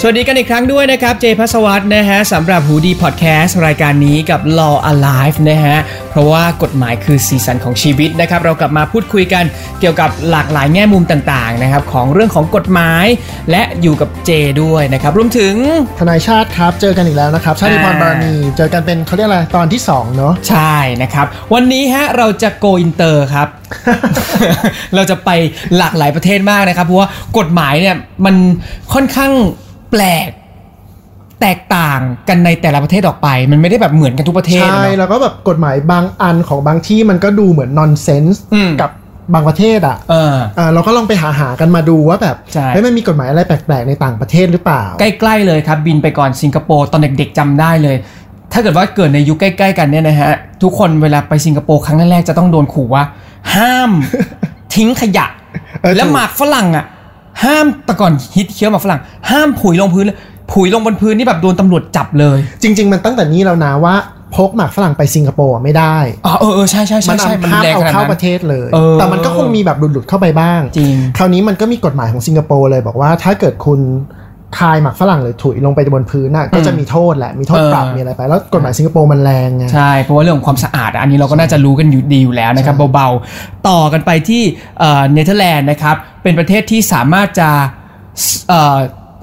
สวัสดีกันอีกครั้งด้วยนะครับ เจพัสวัตนะฮะสำหรับหูดีพอดแคสต์รายการนี้กับ Law Alive นะฮะ เพราะว่ากฎหมายคือสีสันของชีวิตนะครับ เรากลับมาพูดคุยกันเกี่ยวกับหลากหลายแง่มุมต่างๆนะครับ ของเรื่องของกฎหมาย และอยู่กับเจด้วยนะครับ รวมถึง ทนายชาติครับ เจอกันอีกแล้วนะครับ ชาติพร อ่า บารมีเจอกันเป็นเขาเรียกอะไร ตอนที่ 2 เนาะ ใช่นะครับ วันนี้ฮะเราจะโกอินเตอร์ครับ เราจะไปหลากหลายประเทศมากนะครับ เพราะว่ากฎหมายเนี่ยมันค่อนข้างแปลก แตกต่างกันในแต่ละประเทศออกไป มันไม่ได้แบบเหมือนกันทุกประเทศอะ ใช่ เนาะ แล้วก็แบบกฎหมายบางอันของบางที่มันก็ดูเหมือนนอนเซนส์ อืม กับบางประเทศอ่ะ เออ อ่าเราก็ลองไปหาหากันมาดูว่าแบบ ใช่ เฮ้ยมันมีกฎหมายอะไรแปลกๆในต่างประเทศหรือเปล่า ใกล้ๆเลยครับ บินไปก่อนสิงคโปร์ตอนเด็กๆจำได้เลย ถ้าเกิดว่าเกิดในยุคใกล้ๆกันเนี่ยนะฮะ ทุกคนเวลาไปสิงคโปร์ครั้งแรกๆจะต้องโดนขู่ว่า ห้าม ทิ้งขยะ เออถูก แล้วหมากฝรั่งอ่ะ ห้ามแต่ก่อนฮิตเคี้ยวหมากฝรั่ง ห้ามผุยลงพื้นเลยผุยลงบนพื้นนี่แบบโดนตำรวจจับเลย จริง ๆ มันตั้งแต่นี้แล้วนะว่าพกหมากฝรั่งไปสิงคโปร์อะไม่ได้ อ๋อเออเออใช่ใช่ใช่ มัน ใช่มัน ห้าม แรง เอา ขนาด เข้า นั้ ป น ระเทศเลย เออ แต่มันก็คงมีแบบหลุดๆเข้าไปบ้าง จริง คราวนี้มันก็มีกฎหมายของสิงคโปร์เลยบอกว่าถ้าเกิดคุณคายหมักฝรั่งหรือถุยลงไปบนพื้นน่ะก็จะมีโทษแหละ มีโทษ เออ ปรับมีอะไรไป แล้วกฎหมายสิงคโปร์มันแรงไง ใช่ เพราะว่าเรื่องของความสะอาดอะอันนี้เราก็น่าจะรู้กันอยู่ดีอยู่แล้วนะครับ เบาๆ ต่อกันไปที่เอ่อเนเธอร์แลนด์นะครับ เป็นประเทศที่สามารถจะเอ่อ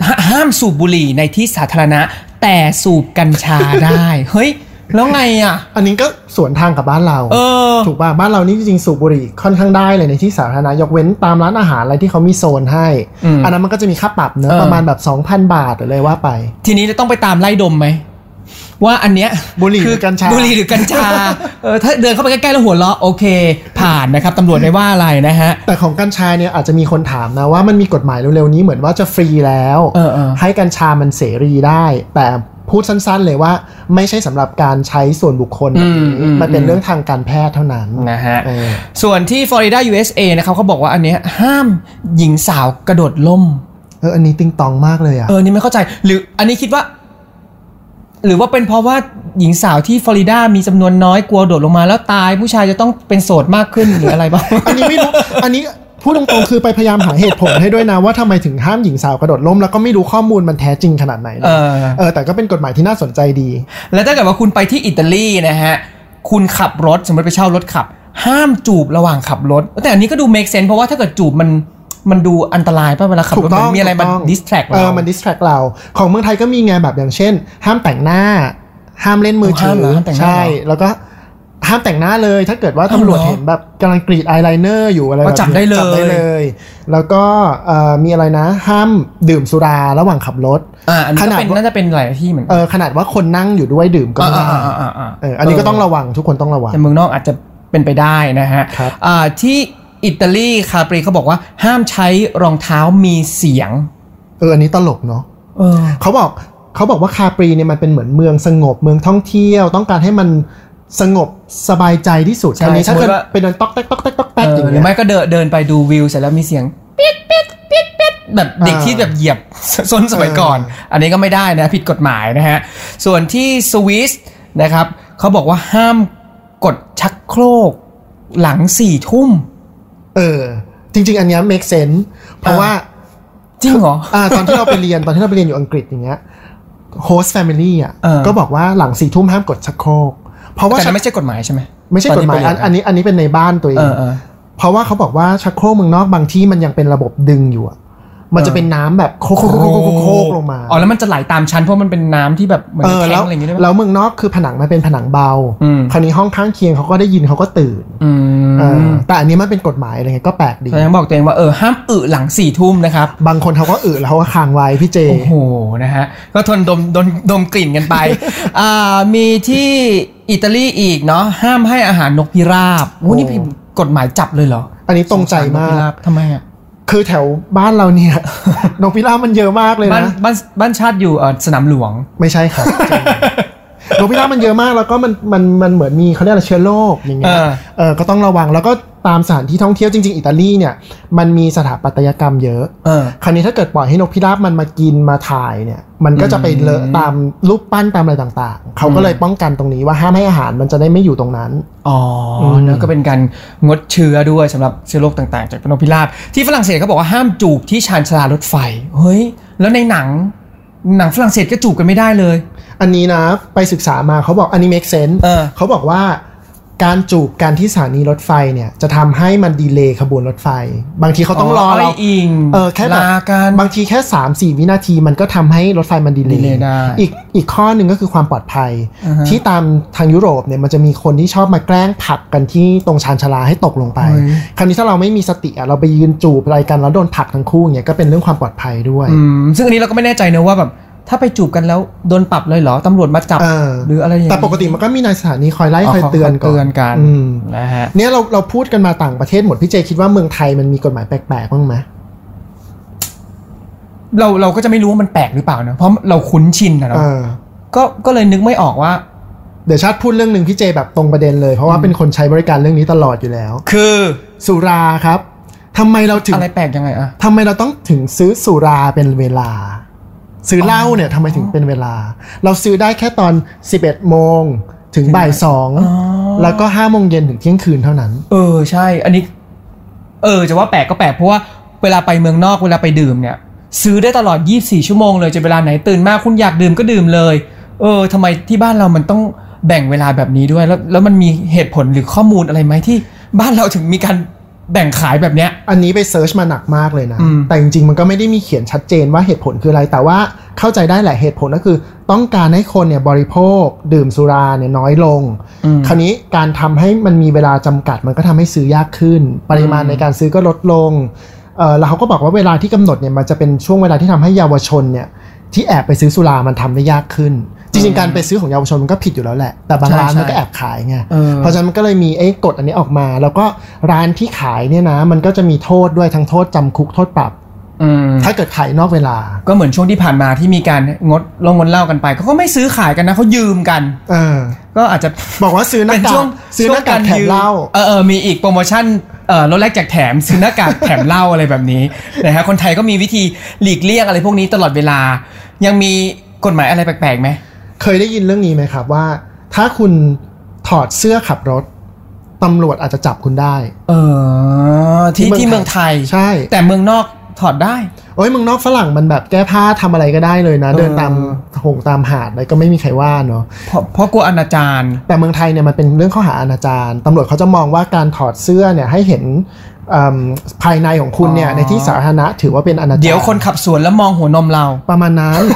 หห้ามสูบบุหรี่ในที่สาธารณะ แต่สูบกัญชาได้ เฮ้ย แล้วไงอ่ะ อันนี้ก็สวนทางกับบ้านเรา เออ ถูกป่ะ บ้านเรานี่จริงๆสูบบุหรี่ค่อนข้างได้เลยในที่สาธารณะยกเว้นตามร้านอาหารอะไรที่เขามีโซนให้ อืม อันนั้นมันก็จะมีค่าปรับเนอะ เออ ประมาณแบบ2,000 บาทหรืออะไรว่าไป ทีนี้จะต้องไปตามไล่ดมไหม ว่าอันเนี้ย บุหรี่ คื หรือกัญชา บุหรี่หรือกัญ ชาเออถ้าเดินเข้าไปใกล้ๆแล้วหัวเราะโอเค ผ่านนะครับตำรวจไม่ว่าอะไรนะฮะ แต่ของกัญชาเนี่ยอาจจะมีคนถามนะว่ามันมีกฎหมายเร็วๆนี้เหมือนว่าจะฟรีแล้ว เออเออ ให้กัญชามันเสรีได้ แต่พูดสั้นๆเลยว่าไม่ใช่สำหรับการใช้ส่วนบุคคลแบบนี้ อืมอืม มันเป็นเรื่องทางการแพทย์เท่านั้น นะฮะ เออ ส่วนที่ฟลอริดา USA นะครับเขาบอกว่าอันเนี้ยห้ามหญิงสาวกระโดดล่ม เอออันนี้ติงตองมากเลยอ่ะ เออ นี่ไม่เข้าใจ หรืออันนี้คิดว่า หรือว่าเป็นเพราะว่าหญิงสาวที่ฟลอริดามีจำนวนน้อยกลัวโดดลงมาแล้วตายผู้ชายจะต้องเป็นโสดมากขึ้นหรืออะไรบ้าง อันนี้ไม่รู้ อันนี้พูดตรงๆคือไปพยายามหาเหตุผลให้ด้วยนะว่าทำไมถึงห้ามหญิงสาวกระโดดล่มแล้วก็ไม่รู้ข้อมูลมันแท้จริงขนาดไหนนะ เออ เออแต่ก็เป็นกฎหมายที่น่าสนใจดี แล้วถ้าเกิดว่าคุณไปที่อิตาลีนะฮะ คุณขับรถสมมติไปเช่ารถขับ ห้ามจูบระหว่างขับรถ แต่อันนี้ก็ดู make sense เพราะว่าถ้าเกิดจูบมันมันดูอันตรายป่ะเวลาขับ ถู ร ก ถ ต้ มั อง นมีอะไรมา ถูกต้ง ดิสแทรก เอ เรา อ มันดิสแทรกเรา ของเมืองไทยก็มีไงานแบบอย่างเช่น ห้ามแต่งหน้า ห้ามเล่นมือ ห้ามถือ เหรอห้ามแต่งหน้า ใช่ เหรอ แล้วก็ห้ามแต่งหน้าเลย ถ้าเกิดว่า อ้าว ตำรวจ เหรอ เห็นแบบกำลังกรีดอายไลเนอร์อยู่อะไรแบบ ก็ นี้ จับได้เลย จับได้เลย แล้วก็เอ่อมีอะไรนะ ห้ามดื่มสุราระหว่างขับรถ ะอันนี้ก็เป็น ขนาดว่า น่าจะเป็นหลายที่เหมือนกัน เออขนาดว่าคนนั่งอยู่ด้วยดื่มก็ไม่ได้ อ่าอ่าอ่าอ่า เอออันนี้ก็ต้องระวังทุกคนต้องระวัง แต่เมืองนอกอาจจะเป็นไปได้นะฮะ ครับ อ่าที่อิตาลีคาปรีเขาบอกว่าห้ามใช้รองเท้ามีเสียง เอออันนี้ตลกเนาะ เออ เขาบอกเขาบอกว่าคาปรีเนี่ยมันเป็นเหมือนเมืองสงบเมืองท่องเที่ยว ต้องการให้มันสงบสบายใจที่สุด ใช่ คราวนี้ถ้า สมมุ เกิ ติ ด ว่า ไปเดินต๊อกแต๊กต๊อกแต๊กต๊อก เอ แต๊กอ อย่างหรื เงี้ อย ไม่ก็เดินเดินไปดูวิวเสร็จแล้วมีเสียงปิ๊ดปิ๊ดปิ๊ดปิ๊ดแบบเด็ก อ่า ที่แบบเหยียบ ส้นสมัยก่อน อันนี้ก็ไม่ได้นะผิดกฎหมายนะฮะ ส่วนที่สวิสนะครับเขาบอกว่าห้ามกดชักโครกหลังสี่ทุ่ม เออ จริง ๆ อันเนี้ย make sense เพราะ อ่า ว่า จริงเหรอ อ่าตอนที่เราไปเรียนตอนที่เราไปเรียนอยู่อังกฤษอย่างเงี้ย host family อ่ะ เออ ก็บอกว่าหลังสี่ทุ่มห้ามกดชักโครกเพราะว่า แต่ ชั นั่นกไม่ใช่กฎหมายใช่ไหม ไม่ใช่กฎหมายอันอันนี้อันนี้เป็นในบ้านตัวเอ เอง อเออ เพราะว่าเขาบอกว่าชักโครกเมืองนอกบางที่มันยังเป็นระบบดึงอยู่อะมันจะเป็นน้ำแบบโคกโคกโคกโคกโคกลงมา อ๋อแล้วมันจะไหลตามชั้นเพราะมันเป็นน้ำที่แบบเหมือน เออ แข็ แล้ ง ว อะไรอย่างงี้ด้วย แล้ ปะ วเมืองนอกคือผนังมันเป็นผนังเบา อืม คราวนี้ห้องข้างเคียงเขาก็ได้ยินเขาก็ตื่น อื เออ ม แต่อันนี้มันเป็นกฎหมายอะไรเงี้ยก็แปลกดี แสดงบอกตัวเองว่าเออห้ามอึหลังสี่ทุ่มนะครับ บางคนเขาก็อึแล้วเขาก็คางไว้พี่เจ โอ้โหนะฮะ ก็ทนดมดมดมกลิ่นกันไป อ่ามีที่อิตาลีอีกเนาะห้ามให้อาหารนกพิราบโอ้นี่ โอ้ ผิดกฎหมายจับเลยเหรอ อันนี้ตรงใจ ส มาง สนพิร ก บทำไมอ่ะ คือแถวบ้านเราเนี่ย นกพิราบมันเยอะมากเลย บ้าน นะ บ้านบ้านชาติอยู่เอ่อสนามหลวง ไม่ใช่ครับ โรคพิษาบมันเยอะมากแล้วก็มันมันมันเหมือนมีเขาเรียกอะไรเชื้อโรคอย่างเงี้ย อ่า เออก็ต้องระวังแล้วก็ตามสถานที่ท่องเที่ยวจริง ๆ อิตาลีเนี่ยมันมีสถาปัตยกรรมเยอะ เออ คราวนี้ถ้าเกิดปล่อยให้นกพิราบมันมากินมาถ่ายเนี่ย มันก็จะไปเลอะ อืม ตามรูปปั้นตามอะไรต่างๆ เขาก็ อืม เลยป้องกันตรงนี้ว่าห้ามให้อาหารมันจะได้ไม่อยู่ตรงนั้น อ๋ออ ม แล้วก็เป็นการงดเชื้อด้วยสำหรับเชื้อโรคต่างๆ จากนกพิราบที่ฝรั่งเศสเขาบอกว่าห้ามจูบที่ชานชาลารถไฟ เฮ้ย แล้วในหนัง หนังฝรั่งเศสก็จูบกันไม่ได้เลย อันนี้นะไปศึกษามาเขาบอกอันนี้ make sense เออ เขาบอกว่าการจูบกันที่สถานีรถไฟเนี่ยจะทำให้มันดีเลย์ขบวนรถไฟ บางทีเขาต้องรอเรา ยอิง เออแค่แบบ ลากัน บางทีแค่ 3 4 วินาทีมันก็ทำให้รถไฟมันดีเล ดีเลย์ ย์ ได้ อีกอีกข้อหนึ่งก็คือความปลอดภัย อ่าฮะ ที่ตามทางยุโรปเนี่ยมันจะมีคนที่ชอบมาแกล้งผลักกันที่ตรงชานชาลาให้ตกลงไป เฮ้ย คราวนี้ถ้าเราไม่มีสติอะเราไปยืนจูบอะไรกันแล้วโดนผลักทั้งคู่เนี่ยก็เป็นเรื่องความปลอดภัยด้วย อืมซึ่งอันนี้เราก็ไม่แน่ใจนะว่าแบบถ้าไปจูบกันแล้วโดนปรับเลยเหรอตำรวจมาจับ เออ หรืออะไรอย่างนี้ แต่ปกติมันก็มีนายสถานีคอยไล่คอยเตือนก่อน เตือนกัน อืม นะฮะ เนี่ยเราเราพูดกันมาต่างประเทศหมดพี่เจคิดว่าเมืองไทยมันมีกฎหมายแปลกๆบ้างไหม เราเราก็จะไม่รู้ว่ามันแปลกหรือเปล่าเนอะเพราะเราคุ้นชินอะเนาะ เออ ก็ก็เลยนึกไม่ออกว่า เดี๋ยวชาติพูดเรื่องหนึ่งพี่เจแบบตรงประเด็นเลยเพราะว่าเป็นคนใช้บริการเรื่องนี้ตลอดอยู่แล้ว คือ สุราครับ ทำไมเราถึง อะไรแปลกยังไงอะ ทำไมเราต้องถึงซื้อสุราเป็นเวลา ซื้อเหล้าเนี่ยทำไมถึงเป็นเวลา เราซื้อได้แค่ตอน 11 โมงถึงบ่ายสองแล้วก็5โมงเย็นถึงเที่ยงคืนเท่านั้น เออใช่ อันนี้ เออ จะว่าแปลกก็แปลกเพราะว่าเวลาไปเมืองนอกเวลาไปดื่มเนี่ย ซื้อได้ตลอด 24 ชั่วโมงเลยจะเวลาไหนตื่นมาคุณอยากดื่มก็ดื่มเลย เออทำไมที่บ้านเรามันต้องแบ่งเวลาแบบนี้ด้วย แล้วแล้วมันมีเหตุผลหรือข้อมูลอะไรไหมที่ บ้านเราถึงมีการแบ่งขายแบบเนี้ย อันนี้ไปเซิร์ชมาหนักมากเลยนะ อืม แต่จริงๆ มันก็ไม่ได้มีเขียนชัดเจนว่าเหตุผลคืออะไร แต่ว่าเข้าใจได้แหละเหตุผลก็คือ ต้องการให้คนเนี่ยบริโภค ดื่มสุราเนี่ยน้อยลง อืม คราวนี้การทำให้มันมีเวลาจำกัดมันก็ทำให้ซื้อยากขึ้น ปริมาณ อืม ในการซื้อก็ลดลงเอ่อแล้วเขาก็บอกว่าเวลาที่กำหนดเนี่ยมันจะเป็นช่วงเวลาที่ทำให้เยาวชนเนี่ยที่แอบไปซื้อสุรามันทำได้ยากขึ้น จริงๆการไปซื้อของเยาวชนมันก็ผิดอยู่แล้วแหละ แต่บางร้านมันก็แอบขายไง เออ เพราะฉะนั้นมันก็เลยมีไอ้กฎอันนี้ออกมา แล้วก็ร้านที่ขายเนี่ยนะ มันก็จะมีโทษด้วยทั้งโทษจำคุกโทษปรับ อืม ถ้าเกิดขายนอกเวลา ก็เหมือนช่วงที่ผ่านมาที่มีการงดลงงดเหล่ากันไปเขาก็ไม่ซื้อขายกันนะเขายืมกัน เออ ก็อาจจะ บอกว่าซื้อหน้า เป็น กา ช่ว ก ง ซื้อหน้ากากแถมเหล้า เออเออมีอีกโปรโมชั่นเออลดแลกแจกแถมซื้อหน้ากาก แถมเหล้าอะไรแบบนี้นะฮะคนไทยก็มีวิธีหลีกเลี่ยงอะไรพวกนี้ตลอดเวลา ยังมีกฎหมายอะไรแปลกๆไหม เคยได้ยินเรื่องนี้ไหมครับว่า ถ้าคุณถอดเสื้อขับรถตำรวจอาจจะจับคุณได้ เออที่ ที่ ที่ เมื เมือ อง ง ไท ไท ย ยใช่ แต่เมืองนอกถอดได้ โอ้ยเมึงนอกฝรั่งมันแบบแก้ผ้าทำอะไรก็ได้เลยนะ เออ เดินตามหงตามหาดอะไรก็ไม่มีใครว่าเนาะ เพราะเพราะกลัวอนาจาร แต่เมืองไทยเนี่ยมันเป็นเรื่องข้อหาอาณาจารตำรวจเขาจะมองว่าการถอดเสื้อเนี่ยให้เห็นเอิ่มภายในของคุณเนี่ยในที่สาธารณะถือว่าเป็นอนาจาร เดี๋ยวคนขับสวนแล้วมองหัวนมเรา ประมาณนั้น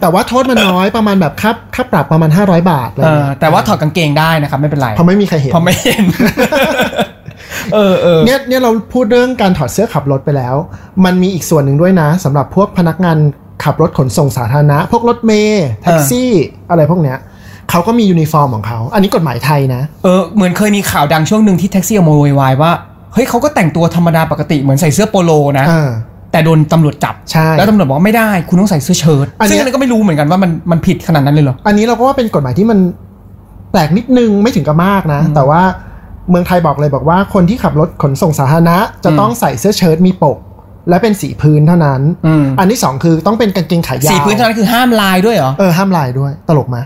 แต่ว่าโทษมันน้อยประมาณแบบค่าค่าปรับประมาณ 500 บาทอะไร เอ เงี้ อย แต่ว่าถอดกางเกงได้นะครับไม่เป็นไร เพราะไม่มีใครเห็น เพราะไม่เห็น เออเออ เนี่ยเนี่ยเราพูดเรื่องการถอดเสื้อขับรถไปแล้ว มันมีอีกส่วนหนึ่งด้วยนะสำหรับพวกพนักงานขับรถขนส่งสาธารณะ พวกรถเมย์แท็กซี่อะไรพวกเนี้ยเขาก็มียูนิฟอร์มของเขา อันนี้กฎหมายไทยนะ เออเหมือนเคยมีข่าวดังช่วงหนึ่งที่แท็กซี่ออกมาโวยวายว่า เฮ้ยเขาก็แต่งตัวธรรมดาปกติเหมือนใส่เสื้อโปโลนะ เออ แต่โดนตำรวจจับ ใช่ แล้วตำรวจบอกว่าไม่ได้คุณต้องใส่เสื้อเชิ้ต อันซึ่เนี้ง ย อันนั้นก็ไม่รู้เหมือนกันว่ามันมันผิดขนาดนั้นเลยเหรอ อันนี้เราก็ว่าเป็นกฎหมายที่มันแปลกนิดนึงไม่ถึงกับมากนะ แต่ว่าเมืองไทยบอกเลยบอกว่าคนที่ขับรถขนส่งสาธารณะ จะ อืม ต้องใส่เสื้อเชิ้ตมีปก และเป็นสีพื้นเท่านั้น อืม อันที่สองคือต้องเป็นกางเกงขายาว สีพื้นเท่านั้นคือห้ามลายด้วยเหรอ เออห้ามลายด้วย ตลกมา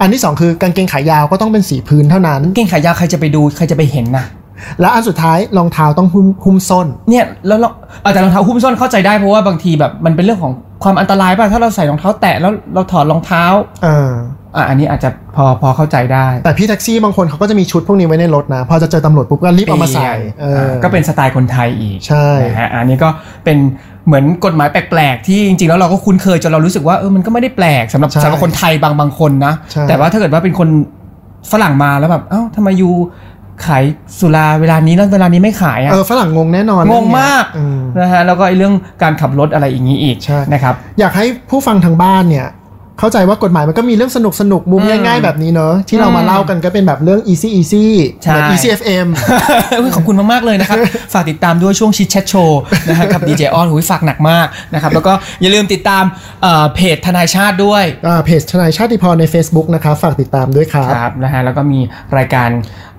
อันที่สองคือกางเกงขายาวก็ต้องเป็นสีพื้นเท่านั้น เก่งขายาวใครจะไปดูใครจะไปเห็นนะ และอันสุดท้ายรองเท้าต้องหุ้มหุ้มส้น เนี่ยแล้วเราเอาแต่รองเท้าหุ้มส้นเข้าใจได้เพราะว่าบางทีแบบมันเป็นเรื่องของความอันตรายป่ะถ้าเราใส่รองเท้าแตะแล้วเราถอดรองเท้า เออ อ่ะอันนี้อาจจะพอพอเข้าใจได้ แต่พี่แท็กซี่บางคนเขาก็จะมีชุดพวกนี้ไว้ในรถนะ พอจะเจอตำรวจปุ๊บก็รีบเอามาใส่เออ ก็เป็นสไตล์คนไทยอีก ใช่ นะฮะอันนี้ก็เป็นเหมือนกฎหมายแปลกๆ ที่จริงๆ แล้วเราก็คุ้นเคยจนเรารู้สึกว่าเออมันก็ไม่ได้แปลกสำหรับ ใช่ สำหรับคนไทยบางบางคนนะ ใช่ แต่ว่าถ้าเกิดว่าเป็นคนฝรั่งมาแล้วแบบเอ้าทำไมอยู่ขายสุราเวลานี้แล้วเวลานี้ไม่ขาย เอ อะ่ อฝรั่งงงแน่นอนะ ง เรื่ ง อเนี้ย มาก อืม นะฮะแล้วก็ไอ้เรื่องการขับรถอะไรอย่างนี้อีก ใช่ นะครับ อยากให้ผู้ฟังทางบ้านเนี่ย เข้าใจว่ากฎหมายมันก็มีเรื่องสนุกสนุกมุม อืม ง่ายๆแบบนี้เนอะที่เรามา อืม เล่ากันก็เป็นแบบเรื่อง easy easy ใช่ เหมือน easy fm อุ๊ยขอบคุณมาก ๆ เลย นะครับ ฝากติดตามด้วยช่วงชิดแชทโชว์นะฮะกับดีเจออนหุยฝากหนักมากนะครับ แล้วก็อย่าลืมติดตามเอ่อเพจทนายชาติด้วย อ่าเพจทนายชาติพรใน Facebook นะครับฝากติดตามด้วยครับ ครับนะฮะแล้วก็มีรายการ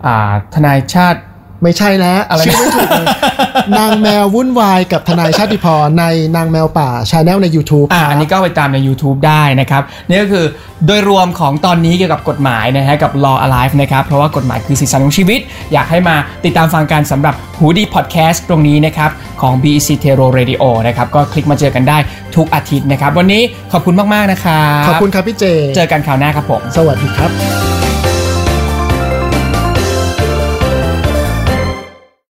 อ่าทนายชาติ ไม่ใช่แล้ว อะไรนะ ชื่อไม่ถูก เลยนางแมววุ่นวายกับทนายชาติพรในนางแมวป่าชาแนลใน YouTube อ่าอันนี้ก็ไปตามใน YouTube ได้นะครับนี่ก็คือโดยรวมของตอนนี้เกี่ยวกับกฎหมายนะฮะกับ Law Alive นะครับ เพราะว่ากฎหมายคือสีสันของชีวิต อยากให้มาติดตามฟังกันสำหรับหูดีพอดแคสต์ตรงนี้นะครับ ของ BEC t e r o Radio นะครับ ก็คลิกมาเจอกันได้ทุกอาทิตย์นะครับ วันนี้ขอบคุณมาก ๆ นะครับ ขอบคุณครับพี่เจ เจอกันคราวหน้าครับผม สวัสดีครับ